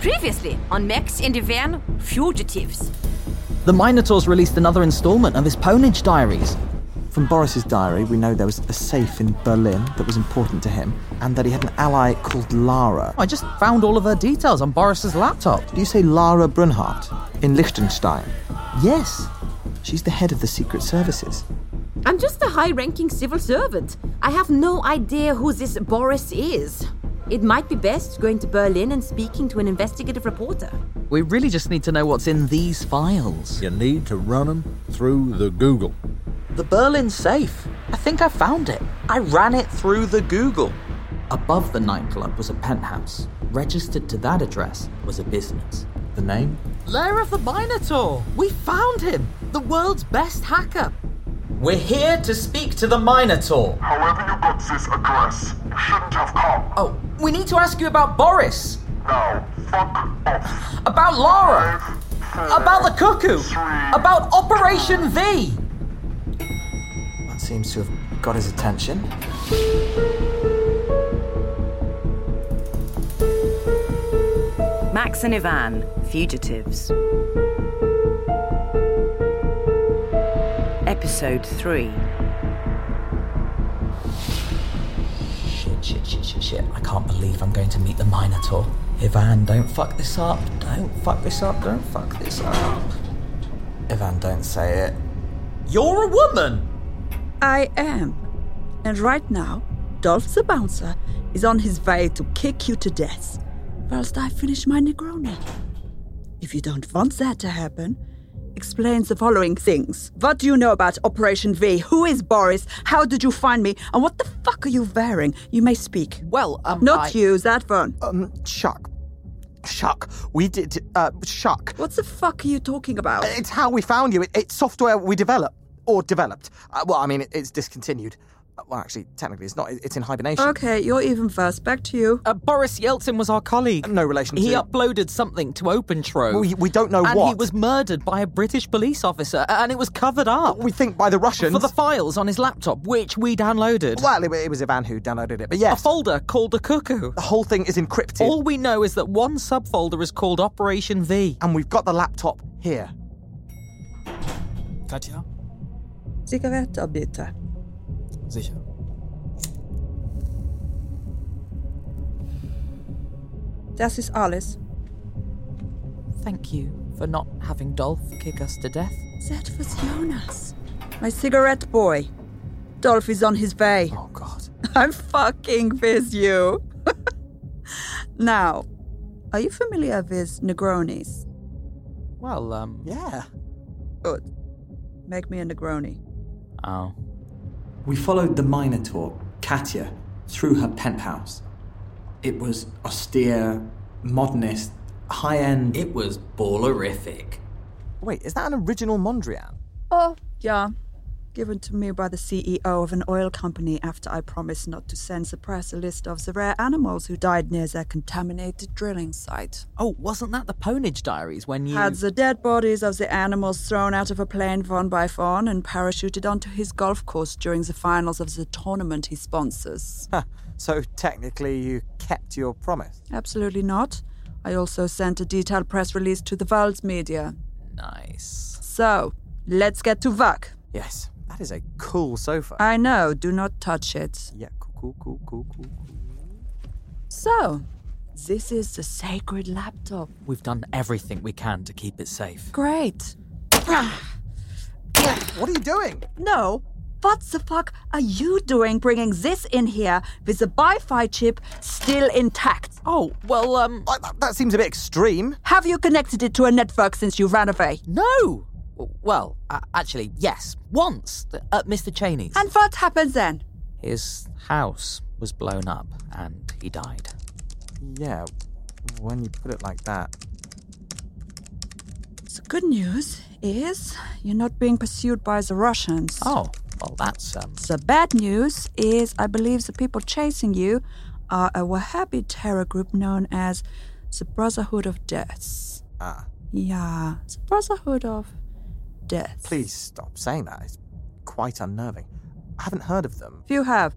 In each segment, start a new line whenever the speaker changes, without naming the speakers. Previously on Max and Ivan Fugitives.
The Minotaur's released another installment of his Ponage Diaries. From Boris's diary, we know there was a safe in Berlin that was important to him, and that he had an ally called Lara. I just found all of her details on Boris's laptop.
Do you say Lara Brunhardt in Liechtenstein?
Yes.
She's the head of the secret services.
I'm just a high ranking civil servant. I have no idea who this Boris is. It might be best going to Berlin and speaking to an investigative reporter.
We really just need to know what's in these files.
You need to run them through the Google.
The Berlin safe. I think I found it. I ran it through the Google. Above the nightclub was a penthouse. Registered to that address was a business.
The name?
Lair of the Minotaur! We found him! The world's best hacker! We're here to speak to the Minotaur.
However you got this address, you shouldn't have come.
Oh, we need to ask you about Boris.
Now, fuck off.
About Laura. About the cuckoo.
Three.
About Operation V.
That seems to have got his attention.
Max and Ivan, Fugitives. Episode 3.
Shit, shit, shit, shit, shit. I can't believe I'm going to meet the Minotaur. Ivan, don't fuck this up. Don't fuck this up. Don't fuck this up.
Ivan, don't say it.
You're a woman!
I am. And right now, Dolph the Bouncer is on his way to kick you to death whilst I finish my Negroni. If you don't want that to happen, explains the following things. What do you know about Operation V? Who is Boris? How did you find me? And what the fuck are you wearing? You may speak.
Well, um.
Not you, that one.
Um, Chuck. Chuck, we did. Uh, Chuck.
what the fuck are you talking about?
It's how we found you. It, it's software we develop. Or developed. Uh, well, I mean, it, it's discontinued. Uh, Well, actually, technically, it's not. It, it's in hibernation.
Okay, you're even first. Back to you.
Uh, Boris Yeltsin was our colleague.
No relation
He
to-
uploaded something to OpenTrove.
We, we don't know
and
what.
he was murdered by a British police officer, and it was covered up
we think by the Russians.
for the files on his laptop, which we downloaded.
well, it, it was Ivan who downloaded it.
A
But yes,
folder called the cuckoo.
the whole thing is encrypted.
All we know is that one subfolder is called Operation V.
and we've got the laptop here.
Katja?
Zigarette, bitte.
Sicher.
Das ist alles.
Thank you for not having Dolph kick us to death.
That was Jonas. My cigarette boy. Dolph is on his way.
Oh, God.
I'm fucking with you. now, are you familiar with Negronis?
Well, um.
Yeah.
Good. Make me a Negroni.
Oh.
We followed the Minotaur, Katya, through her penthouse. It was austere, modernist, high end.
It was ballerific.
Wait, is that an original Mondrian?
Oh, yeah. Given to me by the CEO of an oil company after I promised not to send the press a list of the rare animals who died near their contaminated drilling site.
Oh, wasn't that the Ponage Diaries when
Mm.
you.
Had the dead bodies of the animals thrown out of a plane one by one and parachuted onto his golf course during the finals of the tournament he sponsors.
So technically, you kept your promise.
Absolutely not. I also sent a detailed press release to the world's media.
Nice.
So, let's get to work.
Yes, Uh- that is a cool sofa.
I know, do not touch it.
yeah, cool, cool, cool, cool, cool. cool.
So, this is the sacred laptop.
We've done everything we can to keep it safe.
Great.
What are you doing?
No, what the fuck are you doing bringing this in here with the Wi Fi chip still intact?
Oh, well, um.
Like, that, that seems a bit extreme.
Have you connected it to a network since you ran away?
No! Well, uh, actually, yes. Once th- at Mr. Cheney's.
And what happened then?
His house was blown up and he died.
Yeah, when you put it like that.
The good news is you're not being pursued by the Russians.
Oh, well, that's, um.
The bad news is, I believe the people chasing you are a Wahhabi terror group known as the Brotherhood of Death.
Ah,
Yeah, the Brotherhood of Death.
please stop saying that. It's quite unnerving. I haven't heard of them.
Few have,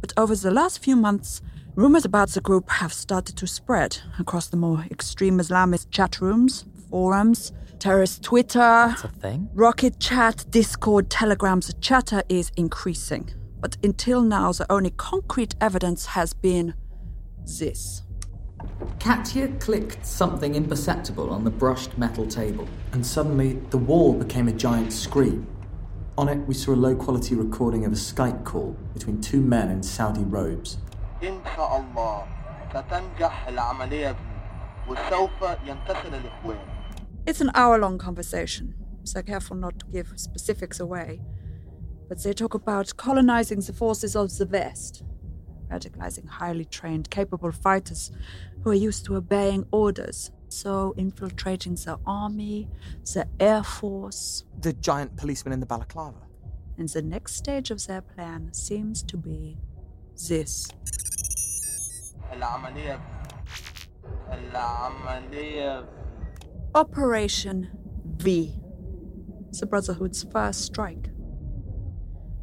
but over the last few months, Rumors about the group have started to spread across the more extreme Islamist chat rooms, forums, terrorist Twitter,
It's a thing?
Rocket Chat, Discord, Telegram's chatter is increasing. But until now, the only concrete evidence has been this.
Katya clicked something imperceptible on the brushed metal table.
and suddenly the wall became a giant screen. On it, we saw a low quality recording of a Skype call between two men in Saudi robes.
إن شاء الله ستنجح العملية دي وسوف ينتصر الإخوان
It's an hour long conversation, so careful not to give specifics away. But they talk about colonizing the forces of the West, radicalizing highly trained, capable fighters who are used to obeying orders, so infiltrating the army, the air force.
The giant policeman in the balaclava.
And the next stage of their plan seems to be this.
العملية دي العملية دي
Operation V, the Brotherhood's first strike.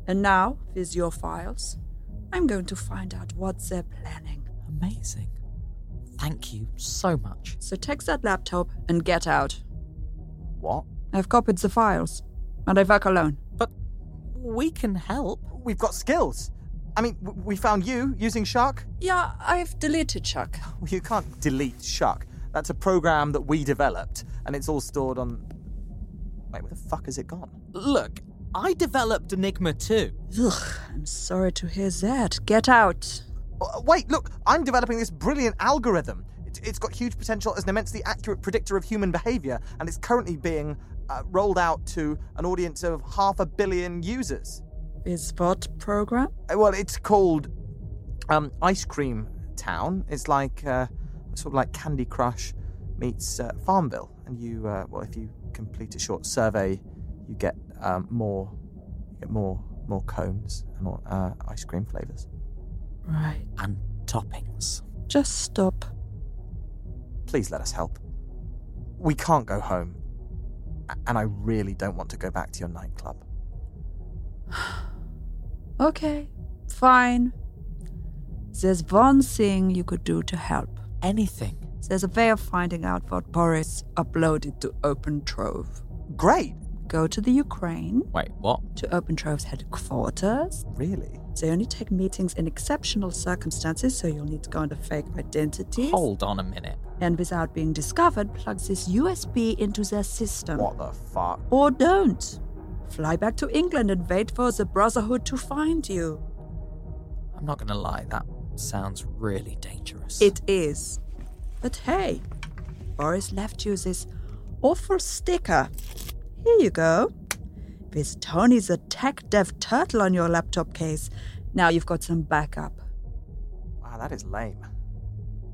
And now, with your files, I'm going to find out what they're planning.
Amazing. Thank you so much.
So take that laptop and get out.
What?
I've copied the files, and I work alone.
But we can help.
We've got skills. I mean, w- we found you using Shark.
Yeah, I've deleted Chuck.
Well, you can't delete Shark. That's a program that we developed, and it's all stored on. Wait, where the fuck has it gone?
Look, I developed Enigma too.
Ugh, I'm sorry to hear that. Get out.
Oh, Wait, look, I'm developing this brilliant algorithm. It- It's got huge potential as an immensely accurate predictor of human behavior, and it's currently being uh, rolled out to an audience of half a billion users.
Is what program?
Uh, Well, it's called um, Ice Cream Town. It's like uh, sort of like Candy Crush meets uh, Farmville, and you uh, well, if you complete a short survey, you get um, more, you get more, more cones and more uh, ice cream flavors.
Right.
And toppings.
Just stop.
Please let us help. We can't go home, a- and I really don't want to go back to your nightclub.
Okay, fine. There's one thing you could do to help.
Anything.
There's a way of finding out what Boris uploaded to Open Trove.
Great,
Go to the Ukraine,
Wait, what?
to Open Trove's headquarters.
really.
They only take meetings in exceptional circumstances, so you'll need to go under fake identities.
Hold on a minute.
And without being discovered, plug this USB into their
Um,
system.
What the fuck?
Or don't. Fly back to England and wait for the Brotherhood to find you.
I'm not gonna lie, that sounds really dangerous.
It is. But hey, Boris left you this awful sticker. Here you go. With Tony the tech dev turtle on your laptop case, now you've got some backup.
Wow, that is lame.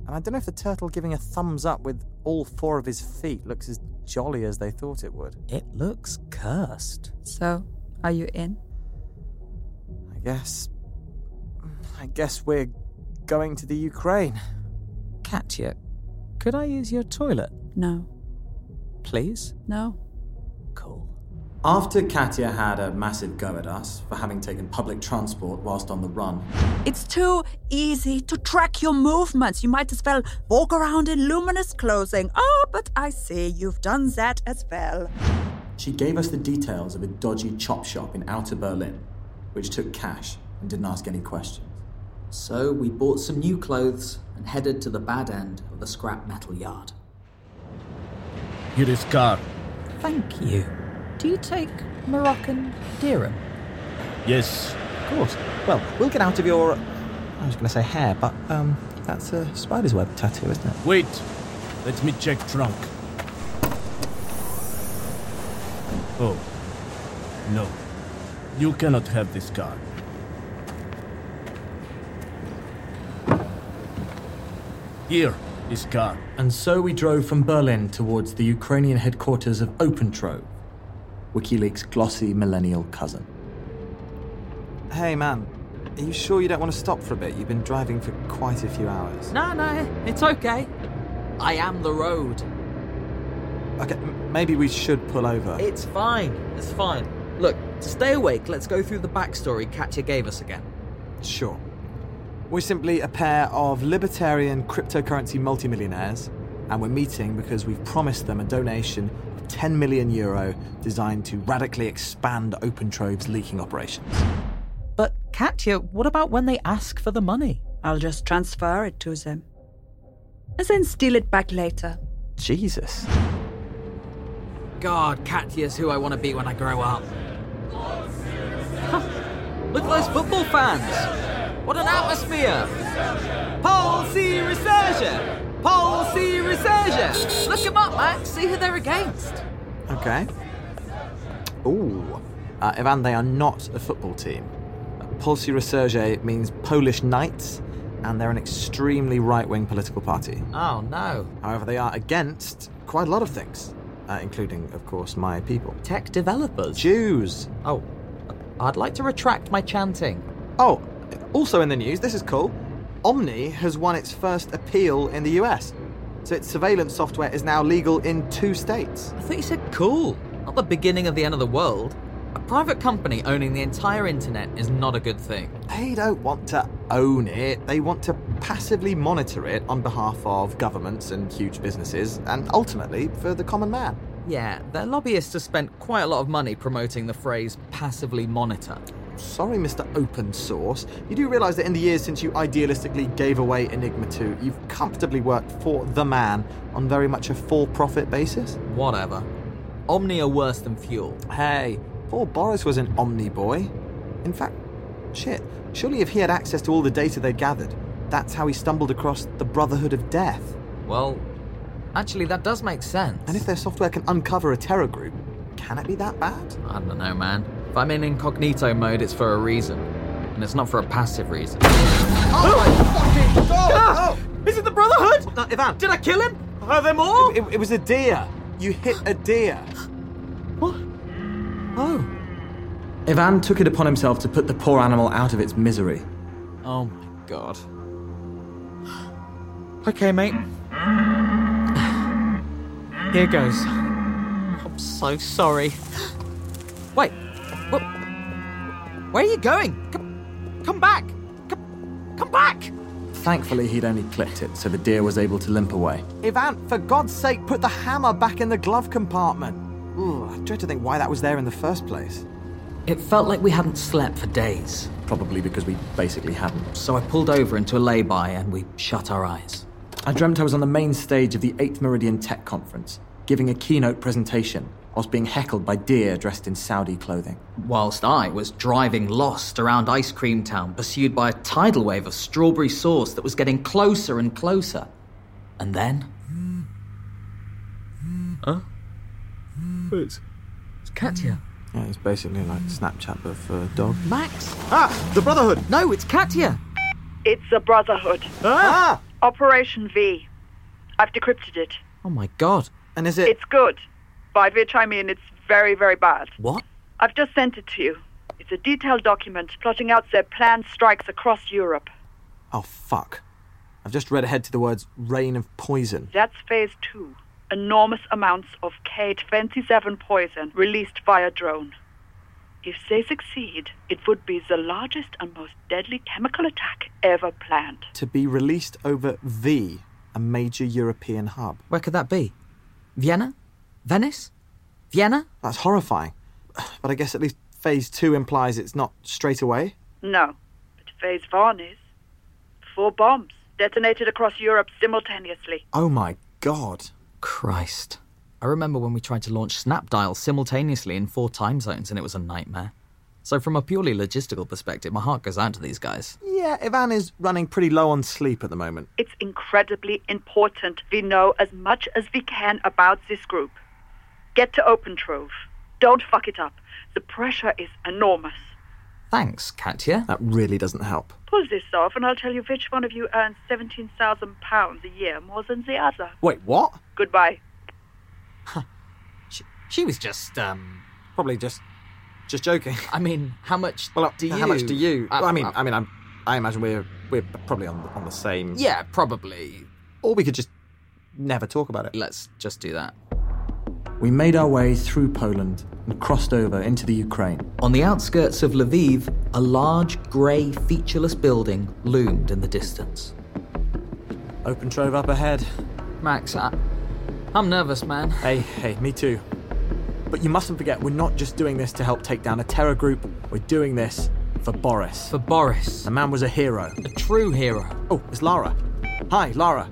And I don't know if the turtle giving a thumbs up with all four of his feet looks as jolly as they thought it would.
It looks cursed.
So, are you in?
I guess. I guess we're going to the Ukraine.
Katya, could I use your toilet,
No,
please?
no.
Cool.
After Katya had a massive go at us for having taken public transport whilst on the run,
It's too easy to track your movements. You might as well walk around in luminous clothing. Oh, but I see you've done that as well.
she gave us the details of a dodgy chop shop in outer Berlin, which took cash and didn't ask any questions.
So we bought some new clothes and headed to the bad end of the scrap metal yard.
Here is car.
Thank you. Do you take Moroccan dirham?
Yes.
Of course. Well, we'll get out of your. I was going to say hair, but um, that's a spider's web tattoo, isn't it?
Wait. Let me check trunk. Oh. No. You cannot have this car. Here is car.
And so we drove from Berlin towards the Ukrainian headquarters of OpenTrove, WikiLeaks' glossy millennial cousin.
Hey, man. Are you sure you don't want to stop for a bit? You've been driving for quite a few hours.
No, no, it's okay. I am the road.
Okay, m- maybe we should pull over.
It's fine. It's fine. Look, to stay awake, let's go through the backstory Katya gave us again.
Sure.
We're simply a pair of libertarian cryptocurrency multimillionaires, and we're meeting because we've promised them a donation of 10 million euro designed to radically expand OpenTrove's leaking operations.
But, Katya, what about when they ask for the money?
I'll just transfer it to them. And then steal it back later.
Jesus.
God, Katya's who I want to be when I grow up.
Look at those football fans! What an atmosphere! Policy Resurger! Policy Resurger!
Look them up, Oh, Max. See who they're against.
Okay. Ooh. Uh, Ivan, they are not a football team. Polsy Resurge means Polish Knights, and they're an extremely right wing political party.
Oh no.
However, they are against quite a lot of things, uh, including, of course, my people.
Tech developers.
Jews.
Oh, I'd like to retract my chanting.
Oh, also in the news, this is cool. Omni has won its first appeal in the US. So its surveillance software is now legal in two states.
I thought you said cool. Not the beginning of the end of the world. A private company owning the entire internet is not a good thing.
They don't want to own it, they want to passively monitor it on behalf of governments and huge businesses, and ultimately for the common man.
Yeah, their lobbyists have spent quite a lot of money promoting the phrase passively monitor.
Sorry, Mr. Open Source. You do realise that in the years since you idealistically gave away Enigma 2, you've comfortably worked for the man on very much a for profit basis?
Whatever. Omni are worse than fuel.
Hey, poor Boris was an Omni boy. In fact, shit, surely if he had access to all the data they'd gathered, that's how he stumbled across the Brotherhood of Death.
Well, actually, that does make sense.
And if their software can uncover a terror group, can it be that bad?
I don't know, man. If I'm in incognito mode, it's for a reason. And it's not for a passive reason.
Oh my fucking god!
Ah! Is it the Brotherhood?
No, Ivan,
Did I kill him? Are there more?
it, it- it was a deer. You hit a deer.
What? Oh.
Ivan took it upon himself to put the poor animal out of its misery.
Oh my god. Okay, mate. Here goes. I'm so sorry. Wait. What? Where are you going? Come, come back. Come, come back.
Thankfully, he'd only clipped it, so the deer was able to limp away. Ivan, for God's sake, put the hammer back in the glove compartment. Ooh, I dread to think why that was there in the first place.
It felt like we hadn't slept for days.
Probably because we basically hadn't.
So I pulled over into a lay-by and we shut our eyes.
I dreamt I was on the main stage of the 8th Meridian Tech Conference, giving a keynote presentation, whilst being heckled by deer dressed in Saudi clothing.
Whilst I was driving lost around Ice Cream Town, pursued by a tidal wave of strawberry sauce that was getting closer and closer. And then.
It's
It's Katya.
Yeah, it's basically like Snapchat, but for a dog.
Max?
Ah! The Brotherhood!
No, it's Katya!
It's the Brotherhood.
Ah!
Operation V. I've decrypted it.
Oh my god.
And is it.
It's good. By which I mean it's very, very bad.
What?
I've just sent it to you. It's a detailed document plotting out their planned strikes across Europe.
Oh, fuck. I've just read ahead to the words rain of poison.
That's phase two. Enormous amounts of K27 poison released via drone. If they succeed, it would be the largest and most deadly chemical attack ever planned.
To be released over the, a major European hub.
Where could that be? Vienna? Venice? Vienna?
That's horrifying. But I guess at least phase two implies it's not straight away.
No, but phase one is. Four bombs detonated across Europe simultaneously.
Oh my god.
Christ. I remember when we tried to launch Snapdial simultaneously in four time zones and it was a nightmare. So, from a purely logistical perspective, my heart goes out to these guys.
Yeah, Ivan is running pretty low on sleep at the moment.
It's incredibly important we know as much as we can about this group. Get to Open Trove. Don't fuck it up. The pressure is enormous.
Thanks, Katya.
That really doesn't help.
Pull this off, and I'll tell you which one of you earns £17,000 a year more than the other.
Wait, what?
Goodbye.
She, she was just, um.
Probably just just joking.
I mean, how much
uh,
Well,
do you.
how much do you?
Uh,
well, I mean,
uh,
I mean, I'm, I imagine we're we're probably on on the same.
uh, yeah, probably.
Or we could just never talk about it.
Let's just do that.
We made our way through Poland and crossed over into the Ukraine.
On the outskirts of Lviv, a large, grey, featureless building loomed in the distance.
Open Trove up ahead.
Max,
uh,
I, I'm nervous, man.
Hey, hey, me too. But you mustn't forget, we're not just doing this to help take down a terror group, we're doing this for Boris. For
Boris.
The man was a hero.
A true hero.
Oh, it's Lara. Hi, Lara.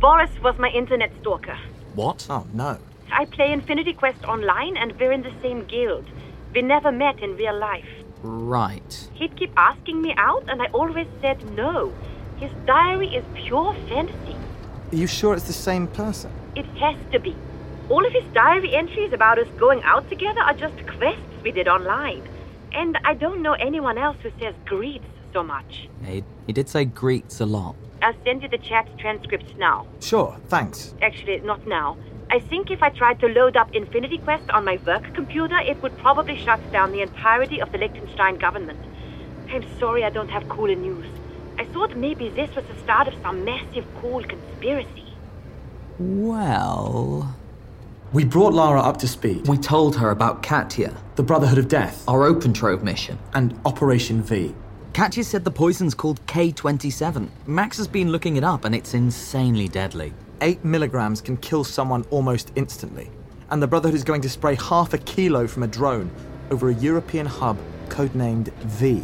Boris was my internet stalker.
What? Oh, no.
I play Infinity Quest online and we're in the same guild. We never met in real life.
Right.
He'd keep asking me out and I always said no. His diary is pure fantasy.
Are you sure it's the same person?
It has to be. All of his diary entries about us going out together are just quests we did online. And I don't know anyone else who says greets so much.
He, he did say greets a lot.
I'll send you the chat transcripts now.
Sure, thanks.
Actually, not now. I think if I tried to load up Infinity Quest on my work computer, it would probably shut down the entirety of the Liechtenstein government. I'm sorry I don't have cooler news. I thought maybe this was the start of some massive cool conspiracy.
Well.
We brought Lara up to speed.
We told her about Katya,
the Brotherhood of Death,
our Open Trove mission,
and Operation V.
Katya said the poison's called K27. Max has been looking it up and it's insanely deadly.
8 milligrams can kill someone almost instantly. And the Brotherhood is going to spray half a kilo from a drone over a European hub codenamed V.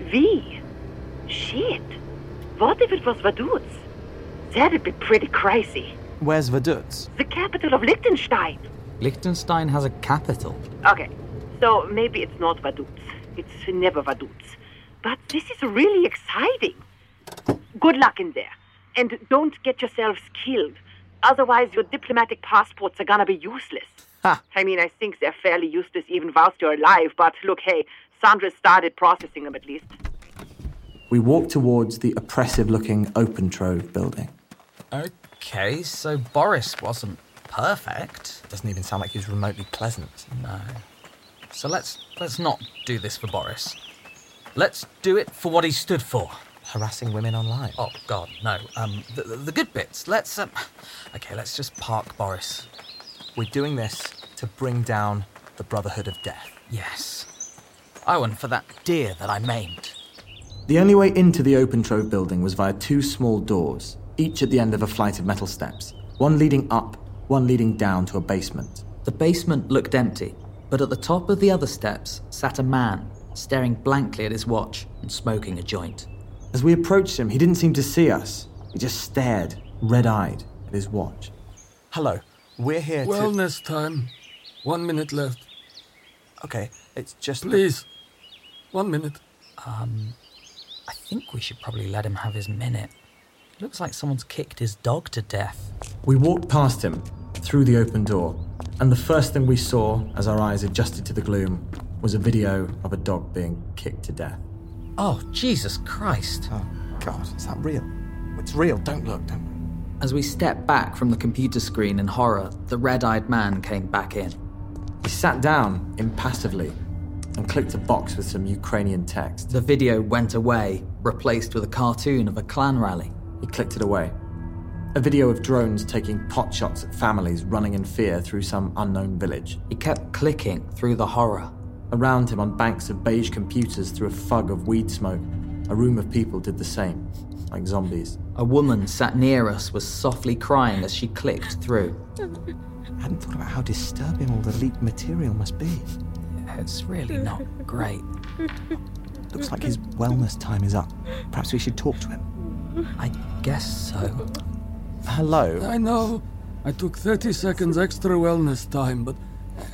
V? Shit. What if it was Vaduz? That'd be pretty crazy.
Where's Vaduz?
The capital of Liechtenstein.
Liechtenstein has a capital.
Okay, so maybe it's not Vaduz. It's never Vaduz. But this is really exciting. Good luck in there. And don't get yourselves killed. Otherwise, your diplomatic passports are gonna be useless.
Ha.
I mean, I think they're fairly useless even whilst you're alive, but look, hey, Sandra started processing them at least.
We walked towards the oppressive looking Open Trove building.
Okay, so Boris wasn't perfect.
Doesn't even sound like he was remotely pleasant.
No. So let's let's not do this for Boris. Let's do it for what he stood for.
Harassing women online.
Oh God, no. Um, the, the the good bits. Let's um, okay, let's just park Boris.
We're doing this to bring down the Brotherhood of Death.
Yes. Oh, and for that deer that I maimed.
The only way into the Open Trove building was via two small doors, each at the end of a flight of metal steps, one leading up, one leading down to a basement.
The basement looked empty, but at the top of the other steps sat a man, staring blankly at his watch and smoking a joint.
As we approached him, he didn't seem to see us. He just stared, red eyed, at his watch. Hello, we're here to.
Wellness time. One minute left.
Okay, it's just.
Please. One minute.
Um, I think we should probably let him have his minute. It looks like someone's kicked his dog to death.
We walked past him, through the open door, and the first thing we saw as our eyes adjusted to the gloom was a video of a dog being kicked to death.
Oh, Jesus Christ.
Oh, God, is that real? It's real, don't look, don't look.
As we stepped back from the computer screen in horror, the red eyed man came back in.
He sat down impassively and clicked a box with some Ukrainian text.
The video went away, replaced with a cartoon of a clan rally.
He clicked it away. A video of drones taking potshots at families running in fear through some unknown village.
He kept clicking through the horror.
Around him, on banks of beige computers through a fog of weed smoke, a room of people did the same, like zombies.
A woman sat near us was softly crying as she clicked through.
I hadn't thought about how disturbing all the leaked material must be.
It's really not great.
Looks like his wellness time is up. Perhaps we should talk to him.
I guess so.
Hello.
I know. I took 30 seconds extra wellness time, but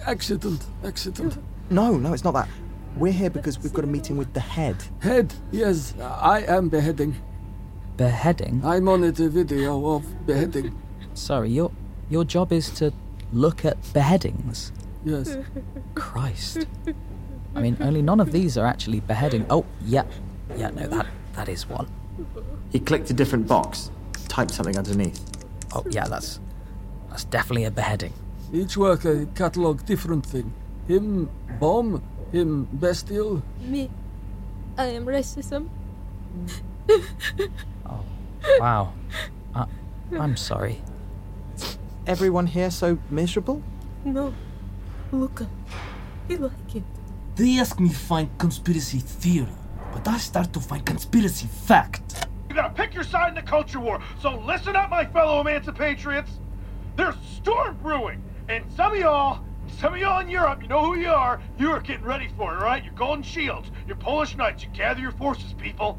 accident, accident.
No, no, it's not that. We're here because we've got a meeting with the head.
Head, yes, I am beheading.
Beheading?
I monitor video of beheading.
Sorry, your your job is to look at beheadings.
Yes.
Christ. I mean, only none of these are actually beheading. Oh, yeah. Yeah, no, that that is one.
He clicked a different box, typed something underneath.
Oh, yeah, that's that's definitely a beheading.
Each worker catalog different thing. Him bomb, him bestial.
Me. I am racism.
Oh, Wow. I, I'm sorry.
Everyone here so miserable?
No. Luca. He like it.
They ask me to find conspiracy theory, but I start to find conspiracy fact.
You gotta pick your side in the culture war. So listen up, my fellow emancipatriots. There's a storm brewing, and some of y'all, some of y'all in Europe, you know who you are. You are getting ready for it, all right? Your golden shields, your Polish knights. You gather your forces, people,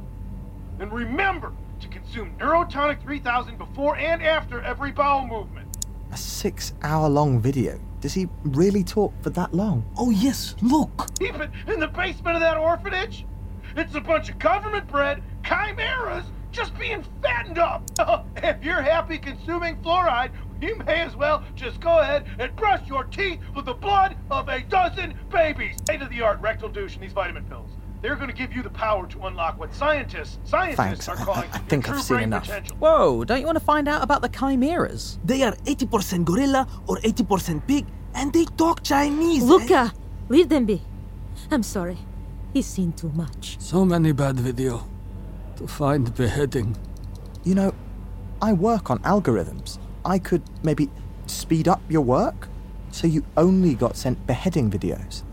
and remember to consume Neurotonic 3000 before and after every bowel movement.
A six hour long video. Does he really talk for that long?
Oh, yes, look!
Keep it in the basement of that orphanage. It's a bunch of government bred chimeras just being fattened up. if you're happy consuming fluoride, you may as well just go ahead and brush your teeth with the blood of a dozen babies. State of the art rectal douche in these vitamin pills. They're going to give you the power to unlock what scientists scientists
Thanks.
are calling
I think I've seen enough.
Whoa, don't you want to find out about the chimeras? They are 80% gorilla or 80% pig, and they talk Chinese.
Luca! Leave them be. I'm sorry. He's seen too much.
So many bad video. To find beheading.
You know, I work on algorithms. I could maybe speed up your work so you only got sent beheading videos.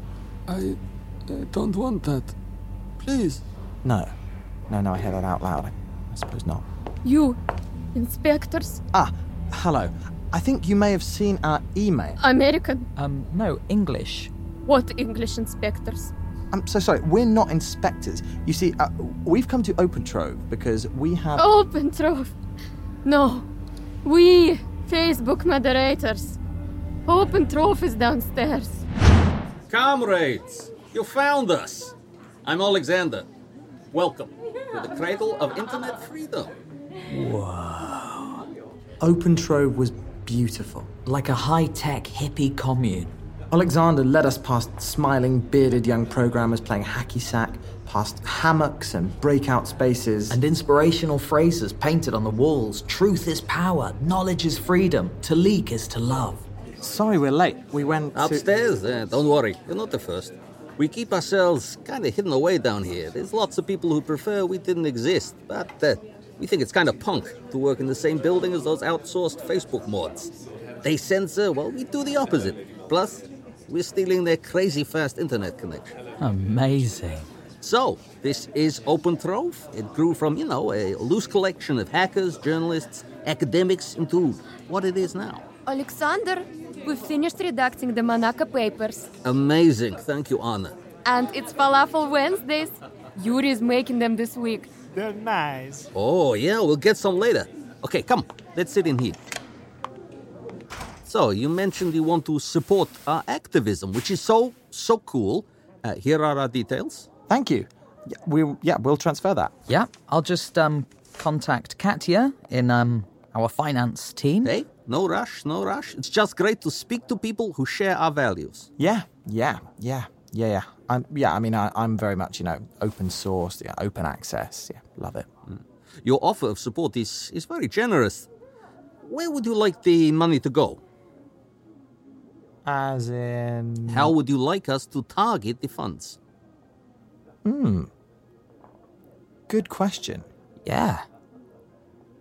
I, I don't want that. Please.
No. No, no, I hear that out loud. I suppose not.
You, inspectors,
Ah, hello. I think you may have seen our email.
Uh,
American.
Um, no, English.
What English inspectors?
I'm so sorry. We're not inspectors. You see, uh, we've come to Open Trove because we have.
Open truth. No, we Facebook moderators. Open truth is downstairs.
Comrades, you found us. I'm Alexander. Welcome to the cradle of internet freedom.
Wow. Open Trove was beautiful.
Like a high tech hippie commune.
Alexander led us past smiling, bearded young programmers playing hacky sack, past hammocks and breakout spaces.
And inspirational phrases painted on the walls truth is power, knowledge is freedom, to leak is to love.
Sorry we're late. We went
Upstairs, eh, don't worry, you're not the first. We keep ourselves kind of hidden away down here. There's lots of people who prefer we didn't exist, but uh, we think it's kind of punk to work in the same building as those outsourced Facebook mods. They censor, well, we do the opposite. Plus, we're stealing their crazy fast internet connection.
Amazing.
So, this is Open Trove. It grew from, you know, a loose collection of hackers, journalists, academics into what it is now.
Alexander, we finished redacting the Manaka papers.
Amazing. Thank you, Anna.
And it's Falafel Wednesdays. Yuri is making them this week. They're nice.
Oh, yeah, we'll get some later. Okay, come. Let's sit in here. So, you mentioned you want to support our activism, which is so, so cool. Uh, here are our details.
Thank you. Yeah, we yeah, we'll transfer that.
Yeah, I'll just um, contact Katya in um, our finance team.
Hey, no rush, no rush. It's just great to speak to people who share our values.
Yeah, yeah, yeah, yeah, yeah. I'm yeah. I mean, I, I'm very much you know open source, yeah, open access. Yeah, love it.
Your offer of support is, is very generous. Where would you like the money to go?
As in,
How would you like us to target the funds?
Hmm. Good question.
Yeah.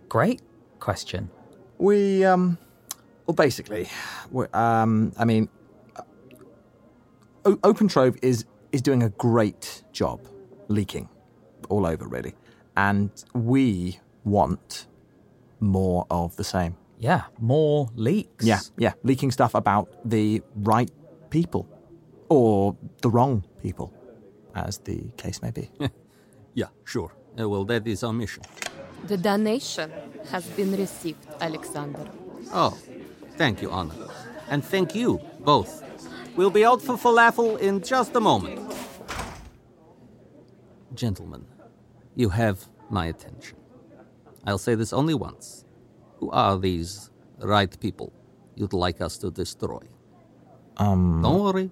Great question.
We um, well, basically, we um, I mean, o- Open Trove is is doing a great job leaking all over, really, and we want more of the same.
Yeah, more leaks.
Yeah, yeah, leaking stuff about the right people or the wrong people, as the case may be.
Yeah, sure. Uh, well, that is our mission.
The donation has been received, Alexander.
Oh, thank you, Anna. And thank you, both. We'll be out for falafel in just a moment. Gentlemen, you have my attention. I'll say this only once. Who are these right people you'd like us to destroy?
Um,
Don't worry.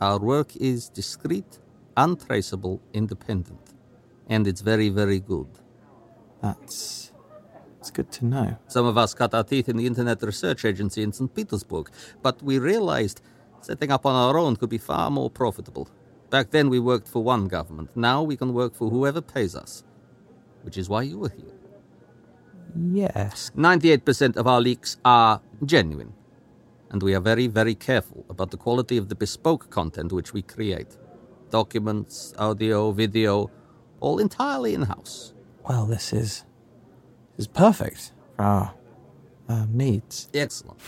Our work is discreet, untraceable, independent. And it's very, very good.
that's it's good to know.
Some of us cut our teeth in the Internet Research Agency in St. Petersburg, but we realized setting up on our own could be far more profitable. Back then, we worked for one government. Now we can work for whoever pays us, which is why you were here.
Yes.
98% of our leaks are genuine. and we are very, very careful about the quality of the bespoke content which we create. Documents, audio, video, all entirely in house.
Well, this is this is perfect for our uh, needs.
Excellent.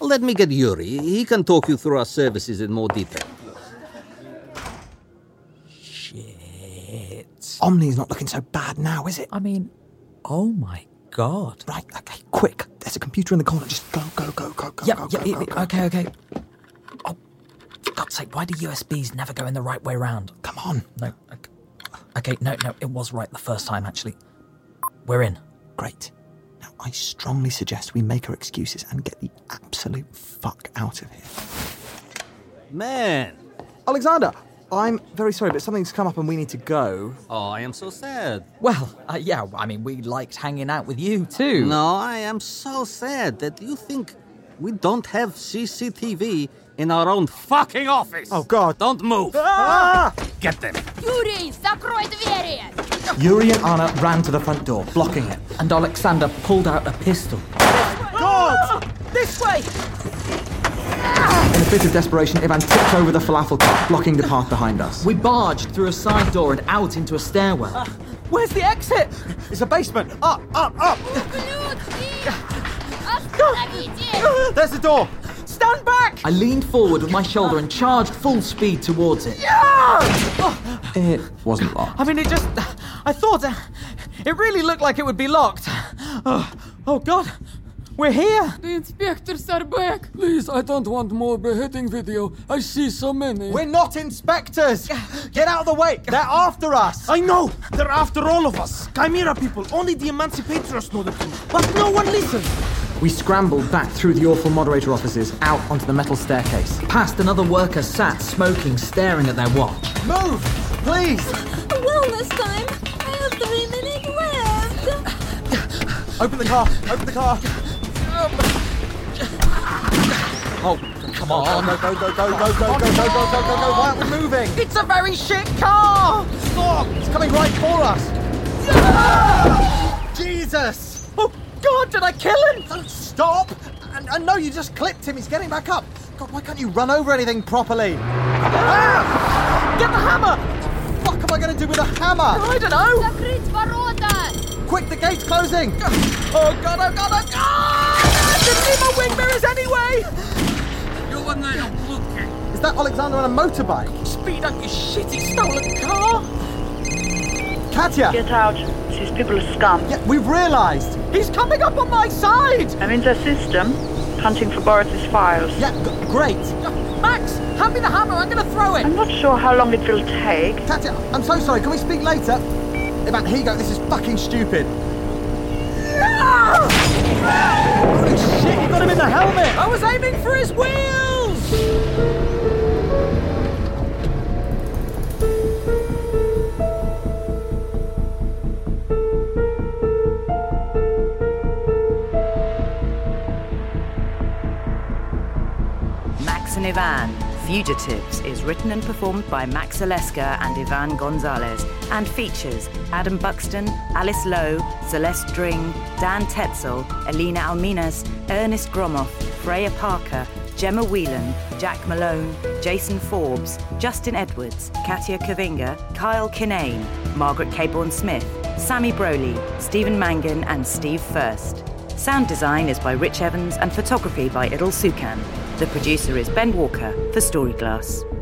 Well, let me get Yuri. He can talk you through our services in more detail.
Omni's not looking so bad now, is it?
I mean, oh my god.
Right, okay, quick. There's a computer in the corner. Just go, go, go, go, go,
Yeah,
go,
yeah,
go,
yeah,
go, go.
okay, okay. Oh, for God's sake, why do USBs never go in the right way round?
Come on.
No. ok- Okay, no, no, it was right the first time, actually. We're in.
Great. Now, I strongly suggest we make our excuses and get the absolute fuck out of here.
Man.
Alexander, I'm very sorry, but something's come up and we need to go.
Oh, I am so sad.
Well, uh, yeah, I mean, we liked hanging out with you too.
No, I am so sad that you think we don't have CCTV in our own fucking office. Oh,
God.
Don't move.
Ah!
Get them.
Юрий, закрой двери!
Yuri and Anna ran to the front door, blocking it.
And Alexander pulled out a pistol.
God!
This way!
In a bit of desperation, Ivan tipped over the falafel cart, blocking the path behind us.
We barged through a side door and out into a stairwell. Uh, Where's the exit?
It's a basement. Ah, Up, up, up.
Остановите!
There's the door.
Uh, Stand back! I leaned forward with my shoulder and charged full speed towards it.
It wasn't locked.
I mean, it just. I thought. uh, It really looked like it would be locked. Oh, oh God. We're here.
The inspectors are back. Please, I don't want more beheading video. I see so many.
We're not inspectors! Get out of the way! They're after us!
I know! They're after all of us! Chimera people! Only the emancipators know the truth! But no one listens!
We scrambled back through the awful moderator offices, out onto the metal staircase.
Past another worker sat smoking, staring at their watch.
Move! Please!
Well, this time, I have three minutes left!
Open the car! Open the car!
Oh, come on.
Go, go, go, go, go, go, go, go, go, go, go, go, go. Why aren't we moving?
It's a very shit car!
Stop! It's coming right for us! Jesus!
Oh, God, did I kill him?
Stop! And, and no, you just clipped him. He's getting back up. God, why can't you run over anything properly? Ah!
Get the hammer!
What the fuck am I going to do with a hammer?
I don't know.
Закрыть ворота!
Quick, the gate's closing!
Oh God, oh God, oh God! I should see my wing mirrors anyway!
Is that Alexander on a motorbike?
Speed up, you shitty stolen car!
Katya!
Get out. These people are scum.
Yeah, we've realised!
He's coming up on my side!
I'm in their system, hunting for Boris's files.
Yeah, great!
Uh, Max, hand me the hammer, I'm gonna throw it!
I'm not sure how long it will take.
Katya, I'm so sorry. Can we speak later? About here you go. This is fucking stupid. Holy shit, you got him in the helmet!
I was aiming for his wheels!
Max and Ivan, Fugitives is written and performed by Max Oleska and Ivan Gonzalez and features Adam Buxton, Alice Lowe, Celeste Dring, Dan Tetzel, Elena Alminas, Ernest Gromoff, Freya Parker, Gemma Whelan, Jack Malone, Jason Forbes, Justin Edwards, Katia Kavinga, Kyle Kinane, Margaret Caborn Smith, Sammy Broley, Stephen Mangan, and Steve First. Sound design is by Rich Evans and photography by Idil Sukan. The producer is Ben Walker for Storyglass.